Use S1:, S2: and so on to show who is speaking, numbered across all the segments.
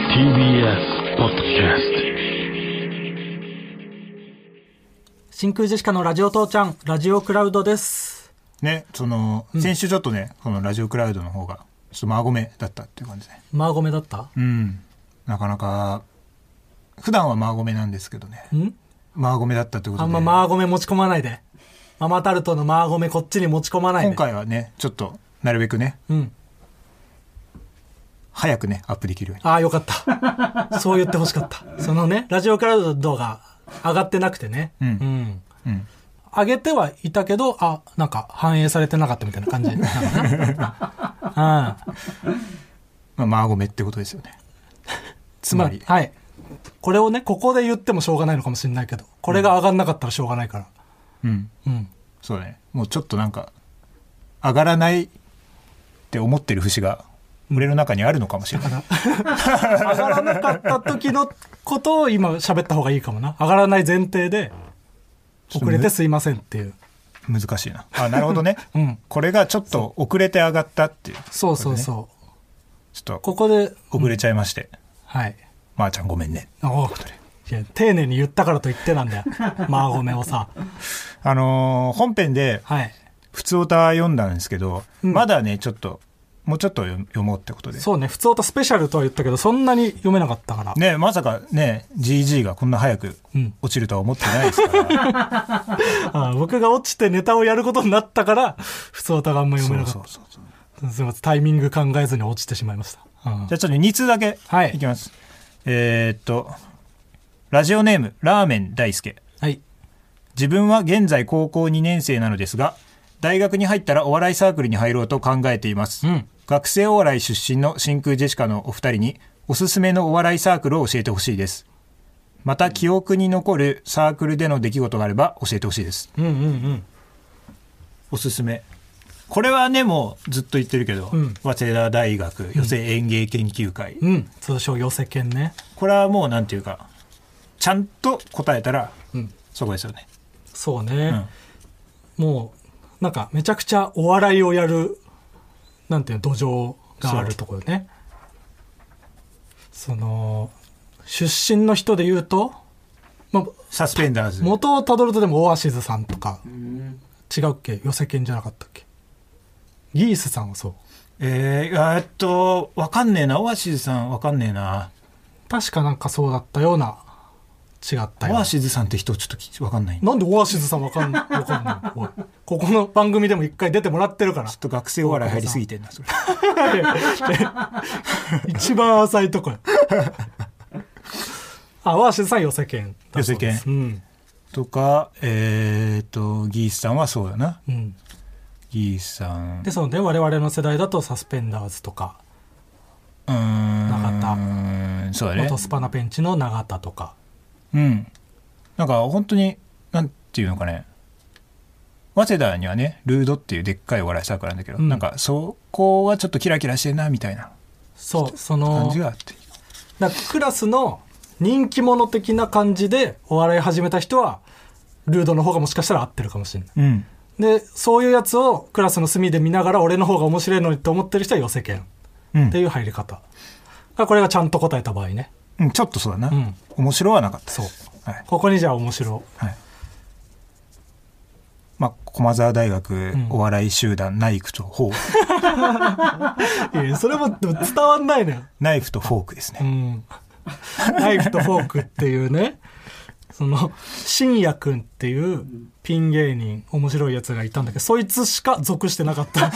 S1: TBS ポッドキャス
S2: 真空ジェシカのラジオ父ちゃん、ラジオクラウドです。
S3: ね、その、先週ちょっとね、このラジオクラウドの方が、ちょっとマゴメだったっていう感じで。
S2: マーゴメだった
S3: うん。なかなか、普段はマーゴメなんですけどね。
S2: ん
S3: マーゴメだったってこと
S2: あ
S3: で。
S2: んまマーゴメ持ち込まないで。ママタルトのマーゴメこっちに持ち込まないで。
S3: 今。回はね、ちょっと、なるべくね、
S2: うん。
S3: 早くね、アップできるよう
S2: ああ、よかった。そう言ってほしかった。そのね、ラジオクラウド動画上がってなくてね。
S3: ん
S2: うん。
S3: に。うん。
S2: 上げてはいたけど、あ、なんか反映されてなかったみたいな感 じなのかな。うん。
S3: まあ、マーゴメってことですよね。つまり、
S2: あはい。これをね、ここで言ってもしょうがないのかもしれないけど、これが上がんなかったらしょうがないから。
S3: うん。
S2: うん。
S3: そうだね。もうちょっとなんか、上がらないって思ってる節が、群れの中にあるのかもしれ ない。
S2: 上がらなかった時のことを今喋った方がいいかもな。上がらない前提で、遅れてすいませんっていう。
S3: 難しいな。あ、なるほどね。
S2: うん
S3: これがちょっと遅れて上がったっていう。
S2: そうそうそう。
S3: ちょっと
S2: ここで、
S3: 遅れちゃいまして、
S2: はい。
S3: まー、ちゃんごめんね。
S2: おういや、丁寧に言ったからと言ってなんだ よ。マーゴメをさ。
S3: あのー本編で、
S2: はい。
S3: 普通歌読んだんですけど、
S2: うん
S3: まだね、ちょっと、もうちょっと読読もうってことで。
S2: そうね、普通とスペシャルとは言ったけど、そんなに読めなかったから。
S3: ね、まさかね、GG がこんな早く
S2: うん
S3: 落ちるとは思ってないです から。
S2: ああ僕が落ちてネタをやることになったから、普通歌があんま読
S3: そ
S2: めな
S3: う
S2: か
S3: そ
S2: っ
S3: うそうそう。
S2: た。すみません、タイミング考えずに落ちてしまいました。うん
S3: じゃあちょっと2通だけ
S2: はい
S3: いきます。えーっと、ラジオネーム、ラーメン大輔。
S2: はい。
S3: 自分は現在高校2年生なのですが、大学に入ったらお笑いサークルに入ろうと考えています。
S2: うん
S3: 学生お笑い出身の真空ジェシカのお二人に、おすすめのお笑いサークルを教えてほしいです。また記憶に残るサークルでの出来事があれば教えてほしいです。
S2: うんうんうん。
S3: おすすめ。これはね、もうずっと言ってるけど、
S2: うん
S3: 早稲田大学予選演芸研究会。
S2: うん。通称寄せ犬ね。
S3: これはもうなんていうか、ちゃんと答えたら、
S2: うん
S3: そこですよね。
S2: そうね、もうなんかめちゃくちゃお笑いをやるなんていうの土壌があるところねその出身の人で言うと、まあ、
S3: サスペンダーズ。
S2: 元をたどるとでもオアシズさんとか違うっけ寄せ犬じゃなかったっけギースさんはそう
S3: えー、えーっと、わかんねえな。オアシズさん、わかんねえな。
S2: 確かなんかそうだったような違ったよう
S3: オ
S2: な
S3: アシズさんって人、ちょっときわかんない。ちょ
S2: なんでオアシズさんわかんないわかんないおいここの番組でも一回出てもらってるから
S3: っと学生お笑い入りすぎてんな、それ。
S2: 一番浅いとこや。 あ、ワーシズさん寄せ券。
S3: 寄せ券
S2: うん。
S3: とか、えーっと、ギースさんはそうだな。
S2: うん。
S3: ギースさん。
S2: で、そのね、我々の世代だとサスペンダーズとか、
S3: うーん。
S2: な
S3: そうだね
S2: 元。スパナペンチの永田とか。
S3: うん。なんか、本当に、なんていうのかね。早稲田にはね、ルードっていうでっかいお笑いサークルなんだけど、
S2: うん
S3: なんか、そこはちょっとキラキラしてんな、みたいな
S2: そう、そ
S3: 感
S2: の
S3: じ、があって。
S2: なんかクラスの人気者的な感じでお笑い始めた人は、ルードの方がもしかしたら合ってるかもしれない。
S3: うん。
S2: で、そういうやつをクラスの隅で見ながら俺の方が面白いのにと思ってる人は寄せ券
S3: うん
S2: っていう入り方。あこれがちゃんと答えた場合ね。
S3: うん、ちょっとそうだな。
S2: うん
S3: 面白はなかったです。
S2: そう。
S3: はい。
S2: ここにじゃあ面白
S3: はい。まあ、駒澤大学
S2: ん
S3: お笑い集団、ナイフとフ ォーク。
S2: いやそれもでも伝わんないのよ。
S3: ナイフとフォークです
S2: う
S3: ね。
S2: ん。ナイフとフォークっていうね、その、深夜くんっていうピン芸人、面白いやつがいたんだけど、そいつしか属してなかった。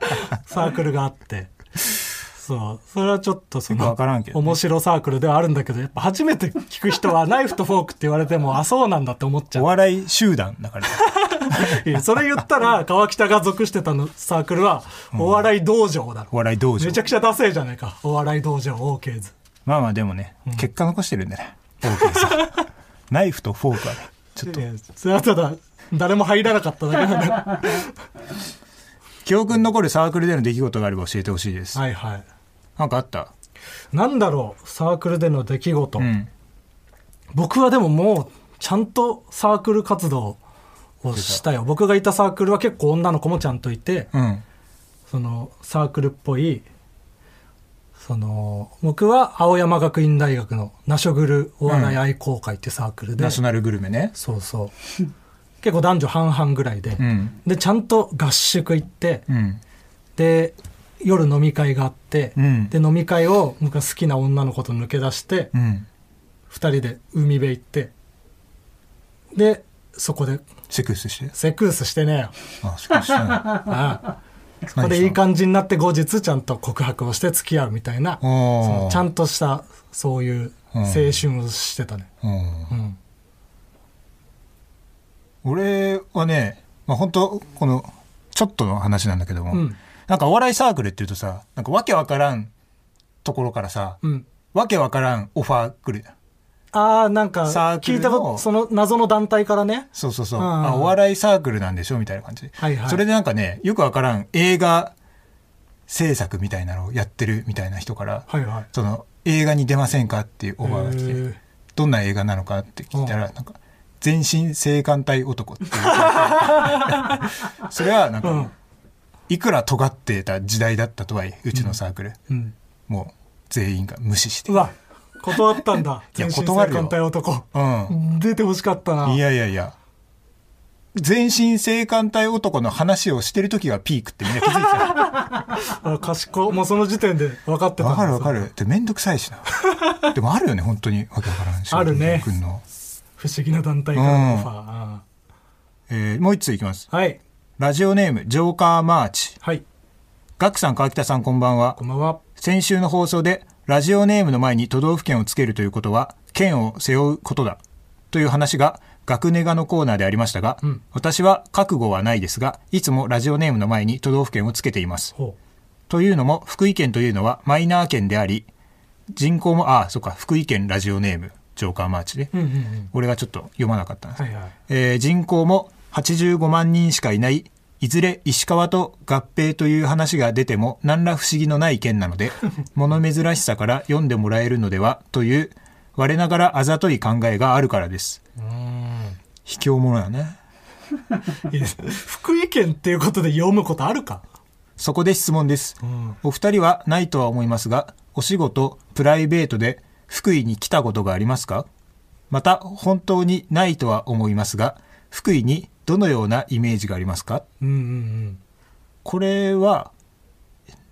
S2: サークルがあって。そう。それはちょっとそ
S3: よく
S2: の、
S3: わからんけどね
S2: 面白サークルではあるんだけど、やっぱ初めて聞く人はナイフとフォークって言われて も、あ、そうなんだって思っちゃ
S3: お
S2: う。
S3: 笑い集団だから。
S2: いやそれ言ったら、川北が属してたのサークルは、お笑い道場だろ
S3: お。笑い道場
S2: めち。ゃくちゃダセえじゃねえか。お笑い道場 OK ズ。
S3: まあまあでもね、結果残してるんでね。フォークさん。 ナイフとフォークはね、ちょっと
S2: い、やそれはただ、誰も入らなかっただけ なんだ。
S3: 記憶に残るサークルでの出来事があれば教えてほしいです。
S2: はいはい。
S3: なんかあった
S2: なんだろう、サークルでの出来事。
S3: うん。
S2: 僕はでももう、ちゃんとサークル活動をしたよ。僕がいたサークルは結構女の子もちゃんといて、
S3: うん。
S2: その、サークルっぽい、その、僕は青山学院大学のナショグルお笑い愛好会ってサークルで、
S3: ナショナルグルメね。
S2: そうそう。結構男女半々ぐらいで、
S3: うん。
S2: で、ちゃんと合宿行って、
S3: うん。
S2: で、夜飲み会があって、
S3: うん
S2: で、飲み会を僕が好きな女の子と抜け出して、
S3: うん。
S2: 二人で海辺行って、で、そこで
S3: セックスして。
S2: セックスしてねえ よ。
S3: あ、セックスしてない。
S2: ああそ
S3: 何
S2: こ
S3: した
S2: でいい感じになって後日ちゃんと告白をして付き合うみたいな、そ
S3: お
S2: の
S3: ー
S2: ちゃんとしたそういう青春をしてたね。
S3: うん
S2: うん。
S3: 俺はね、まあ、本当この、ちょっとの話なんだけども、
S2: うん
S3: なんかお笑いサークルっていうとさ、なんかわけわからんところからさ、
S2: うん。
S3: わけわからんオファー来る。
S2: ああ、なんか
S3: サー、ク
S2: 聞
S3: ルの
S2: いたこと、その謎の団体からね。
S3: そうそうそう。
S2: うん
S3: あ、お笑いサークルなんでしょみたいな感じ。
S2: はいはい
S3: それでなんかね、よくわからん映画制作みたいなのをやってるみたいな人から、
S2: はいはい。
S3: その映画に出ませんかっていうオファーが来
S2: へ
S3: て、
S2: ー
S3: どんな映画なのかって聞いたら、なんか、全身性感帯 男っていう。それは、なんか、
S2: うん
S3: いくら尖ってた時代だったとはいえ、うちのサークル、
S2: うん。
S3: もう全員が無視して。
S2: うわ、断ったんだ。
S3: い
S2: 全
S3: や
S2: 身性
S3: 断るよ
S2: 感帯男。
S3: うん。
S2: 出てほしかったな。
S3: いやいやいや。全身性感帯男の話をしてる時がピークってみんな気づいてた。
S2: あ賢い。もうその時点で分か ってたんだ。
S3: わかるわかる。で、めんどくさいし な。でもあるよね、本当に。わけわからんし。
S2: あるね
S3: 君の。
S2: 不思議な団体からのオファー。あ
S3: えーもう一ついきます。
S2: あはい。
S3: ラジオネーム、ジョーカーマーチ。
S2: はい。
S3: ガクさん、川北さん、こんばんは
S2: こ。んばんは。
S3: 先週の放送でラジオネームの前に都道府県をつけるということは県を背負うことだという話が学ネガのコーナーでありましたが、
S2: うん
S3: 私は覚悟はないですがいつもラジオネームの前に都道府県をつけています
S2: ほ
S3: というのも福井県というのはマイナー県であり人口もああそっか福井県ラジオネームジョーカーマーチで、
S2: う。うんうんうん。
S3: 俺がちょっと読まなかったんです、
S2: はいはい。
S3: えー人口も85万人しかいないいずれ石川と合併という話が出ても何ら不思議のない県なので 物珍しさから読んでもらえるのではという我ながらあざとい考えがあるからです
S2: うーん。
S3: 卑怯者やね
S2: いいです福井県っていうことで読むことあるか、
S3: そこで質問です
S2: うん、
S3: お二人はないとは思いますがお仕事プライベートで福井に来たことがありますかまた本当にないとは思いますが福井にどのようなイメージがありますか
S2: うんうん
S3: これは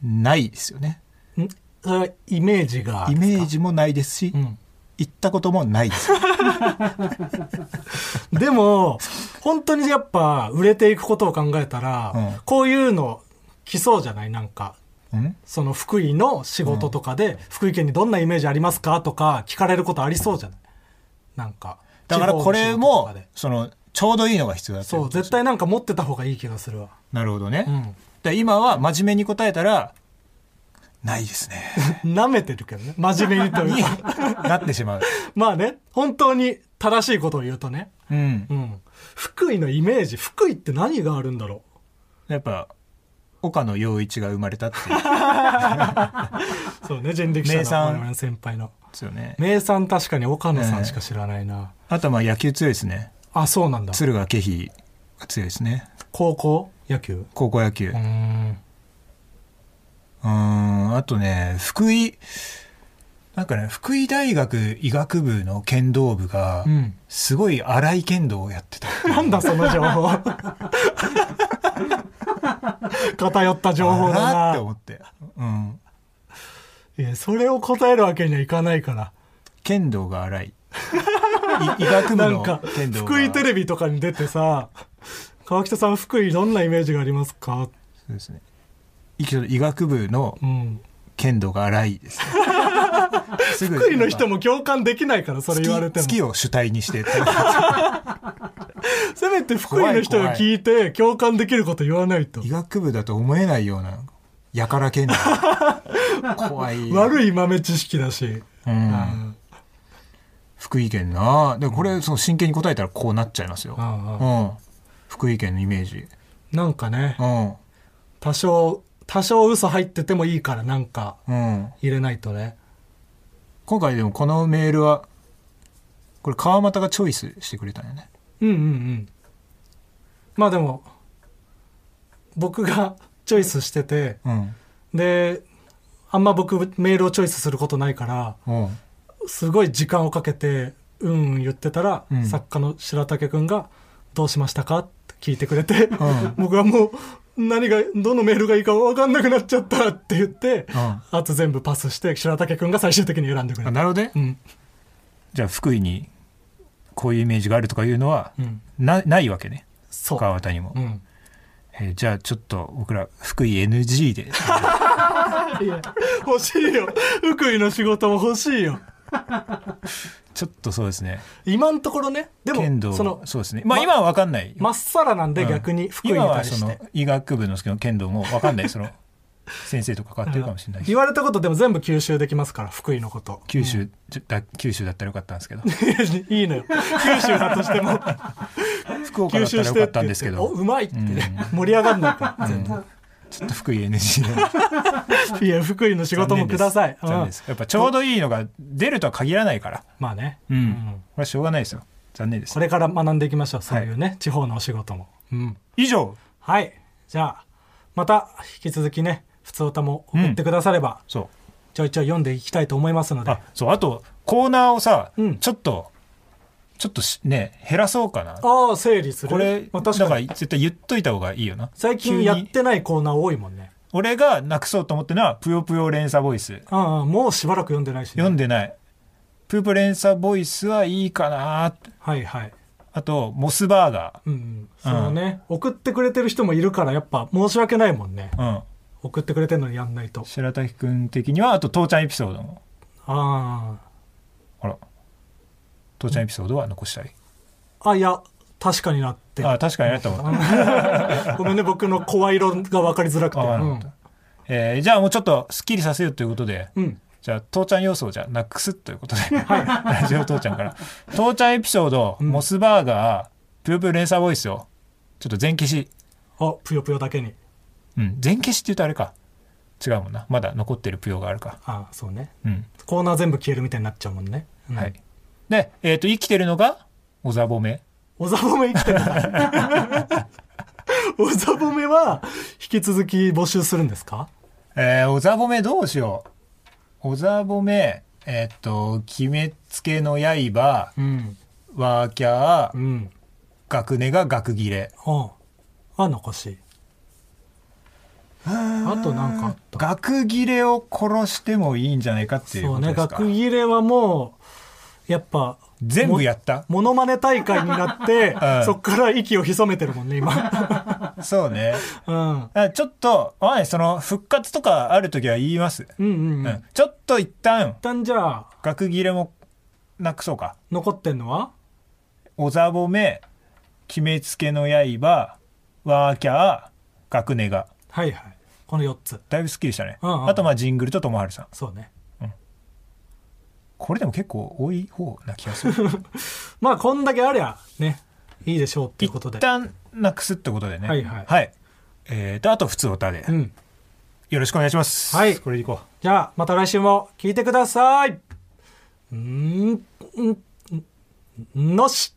S3: ないですよね
S2: うんんそれはイメージが
S3: イメージもないですし、
S2: うん
S3: 行ったこともな いです
S2: でも本当にやっぱ売れていくことを考えたら、
S3: うん
S2: こういうの来そうじゃないなんか
S3: うん
S2: その福井の仕事とかで、福井県にどんなイメージありますかとか聞かれることありそうじゃないなんか
S3: だからこ
S2: 地
S3: れ
S2: 方の仕事と
S3: も
S2: かで
S3: そのちょうどいいのが必要だって
S2: そう絶対なんか持ってた方がいい気がするわ
S3: なるほどね、
S2: う
S3: だか
S2: ん
S3: ら今は真面目に答えたらないですね
S2: 舐めてるけどね真面目にというか
S3: なってしまう
S2: まあね本当に正しいことを言うとね
S3: うん
S2: うん。福井のイメージ、福井って何があるんだろ
S3: やっぱ岡野陽一が生まれたっていう
S2: う。そうね、人力車
S3: 名産
S2: の我々の先輩の。
S3: ですよ ね
S2: 名産確かに岡野さんしか知らないな。
S3: あとはまあ野球強いですね
S2: あ、そうなんだ。
S3: 敦賀気比が強いですね
S2: 高校野球
S3: 高校野球、
S2: うーん。
S3: うーん、あとね、福井、なんかね、福井大学医学部の剣道部が
S2: う、ん。
S3: すごい荒い剣道をやってた。
S2: なんだその情 報。偏った 情報
S3: 荒ー
S2: だ
S3: って
S2: な。
S3: 思って。うん。
S2: いや、それを答えるわけにはいかないから。
S3: 剣道が荒い。い 医学部
S2: なん
S3: の
S2: か、
S3: 剣道が。
S2: 福井テレビとかに出てさ、川北さん福井どんなイメージがありますか
S3: そうですね。医医学部の
S2: うん。
S3: 剣道が荒いです ね。すぐ
S2: 福井の人も共感できないから、それ言われても。
S3: 月月を主体にして。
S2: せめて福井の人が聞いて共感できること言わないと
S3: 医。学部だと思えないような、やか ら剣道。怖い。
S2: 悪い豆知識だし。
S3: うん
S2: あ
S3: 福井県なでもこれその真剣に答えたらこうなっちゃいますよ、う
S2: あ
S3: ん、福井県のイメージ、
S2: なんかね
S3: う、ん
S2: 多少、多少嘘入っててもいいからなんか
S3: うん、
S2: 入れないとね。
S3: 今回でもこのメールはこれ川又がチョイスしてくれたんよね
S2: うんうんうん。まあでも、 僕がチョイスしてて、
S3: うん
S2: で、あんま僕メールをチョイスすることないから
S3: うん
S2: すごい時間をかけてうんうん言ってたら、
S3: うん
S2: 作家の白竹くんが「どうしましたか?」って聞いてくれて、
S3: ん
S2: 僕はもう何がどのメールがいいか分かんなくなっちゃったって言って、
S3: うん
S2: あと全部パスして白竹くんが最終的に選んでく
S3: あ
S2: れた。
S3: なるほどね
S2: うん
S3: じゃあ福井にこういうイメージがあるとかいうのは
S2: うん、
S3: なないわけね
S2: そう
S3: 川端にも、
S2: うん、
S3: えーじゃあちょっと僕ら福井 NG で
S2: いや欲しいよ福井の仕事も欲しいよ
S3: ちょっとそうですね
S2: 今のところねでも
S3: 剣道
S2: その
S3: そうですねまあ今は分かんないよ、
S2: まっさらなんで
S3: うん
S2: 逆に福井に対して、
S3: 今はその医学部のですけど剣道も分かんない その先生とか変わってるかもしれないし
S2: 言われたことでも全部吸収できますから福井のこと
S3: 九州じゃだ九州だったらよかったんです けど
S2: いいのよ九州だとしても
S3: 福
S2: 吸
S3: 岡だったら
S2: 収
S3: よ
S2: し
S3: か
S2: て
S3: ったんですけ
S2: って言ってお
S3: ど
S2: うまいってね、盛り上がんないから全然、
S3: ちょっと福井 NG で
S2: いや福井の 仕事もください、
S3: 残念ですやっぱちょうどいいのが出るとは限らないから
S2: うんまあね、
S3: うん、
S2: ん
S3: これはしょうがないですよ残念です
S2: これから学んでいきましょうそういうね、地方のお仕事もうん
S3: 以上
S2: はいじゃあまた引き続きね普通歌も送ってくだされば、
S3: そう
S2: ちょいちょい読んでいきたいと思いますので
S3: あそうあとコーナーをさ、
S2: うん
S3: ちょっとちょっとしね減らそうかな
S2: ああ整理する
S3: これ、
S2: まあ、
S3: だ
S2: 確
S3: か
S2: からに
S3: 絶対言っといた方がいいよな
S2: 最
S3: 急
S2: 近
S3: に
S2: やってないコーナー多いもんね
S3: 俺がなくそうと思ってるのは「ぷよぷよ連鎖ボイス
S2: ああもうしばらく読んでない」しね、
S3: 読んでない「ぷよぷよ連鎖ボイス」はいいかなって
S2: はいはい
S3: あと「モスバーガ
S2: うんうんそうね、送ってくれてる人もいるからやっぱ申し訳ないもんね
S3: ー」うん
S2: 送ってくれてるのにやんないと
S3: 白滝君的にはあと「父ちゃんエピソード」も
S2: あ
S3: あら父ちゃんエピソードは残したい、
S2: ああいや確かになって
S3: あ確かにあったもんあ
S2: ごめんね僕の声色が分かりづらくて
S3: なるほど、えーじゃあもうちょっとすっきりさせようということで、
S2: うん、うん
S3: じゃあ父ちゃん要素をじゃあなくすということで、ラジオ父ちゃんから父ちゃんエピソード、
S2: ん
S3: モスバーガーぷよぷよ連鎖ボイスをちょっと全消し
S2: あぷよぷよだけに
S3: うん全消しって言うとあれか違うもんなまだ残ってるぷよがあるか
S2: ああそうね
S3: うん、
S2: コーナー全部消えるみたいになっちゃうもんね、うん
S3: はいでえっ、と生きてるのがおざぼめ
S2: おざぼめ生きてる おざぼめは引き続き募集するんですか
S3: えー、おざぼめどうしようおざぼめえっ、と「決めつけの刃
S2: うん」
S3: ワーキャ
S2: う
S3: ー
S2: ん
S3: 学ネが学切れ
S2: あああ残しあとなんかあった
S3: 学切れを殺してもいいんじゃないかっていう
S2: そ
S3: こ
S2: う
S3: と
S2: ね
S3: ですか
S2: 学切れはもうやっぱ
S3: 全部やった
S2: モノマネ大会になって、
S3: うん
S2: そっから息を潜めてるもんね 今
S3: そうね。
S2: うん
S3: あちょっと、おい、その、復活とかあるときは言います。
S2: うんうんう、
S3: うんん
S2: 一。
S3: ちょっと一旦、
S2: 旦じゃあ
S3: 学切れもなくそうか。
S2: 残ってんのは
S3: おざぼめ、決めつけの刃、ワーキャー、学ネが。
S2: はいはいこの4つ
S3: だいぶスッキリしたね。
S2: うんうん
S3: あと、まあ、ジングルとともはるさん。
S2: そうね
S3: これでも結構多い方な気が する。
S2: まあこんだけありゃねいいでしょうっていうことで
S3: 一旦なくすってことでね。
S2: はいはい
S3: えーと、あと、普通おたで
S2: う。ん
S3: よろしくお願いします。
S2: はい
S3: これでいこう。
S2: じゃあ、また来週も聞いてください。うーん、ん、んのし、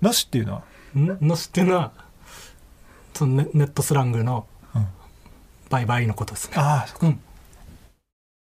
S3: なしっていうのは、
S2: んのしっていうのは、そのネネットスラングの、バイバイのことですね。
S3: ああ、そっか
S2: うん。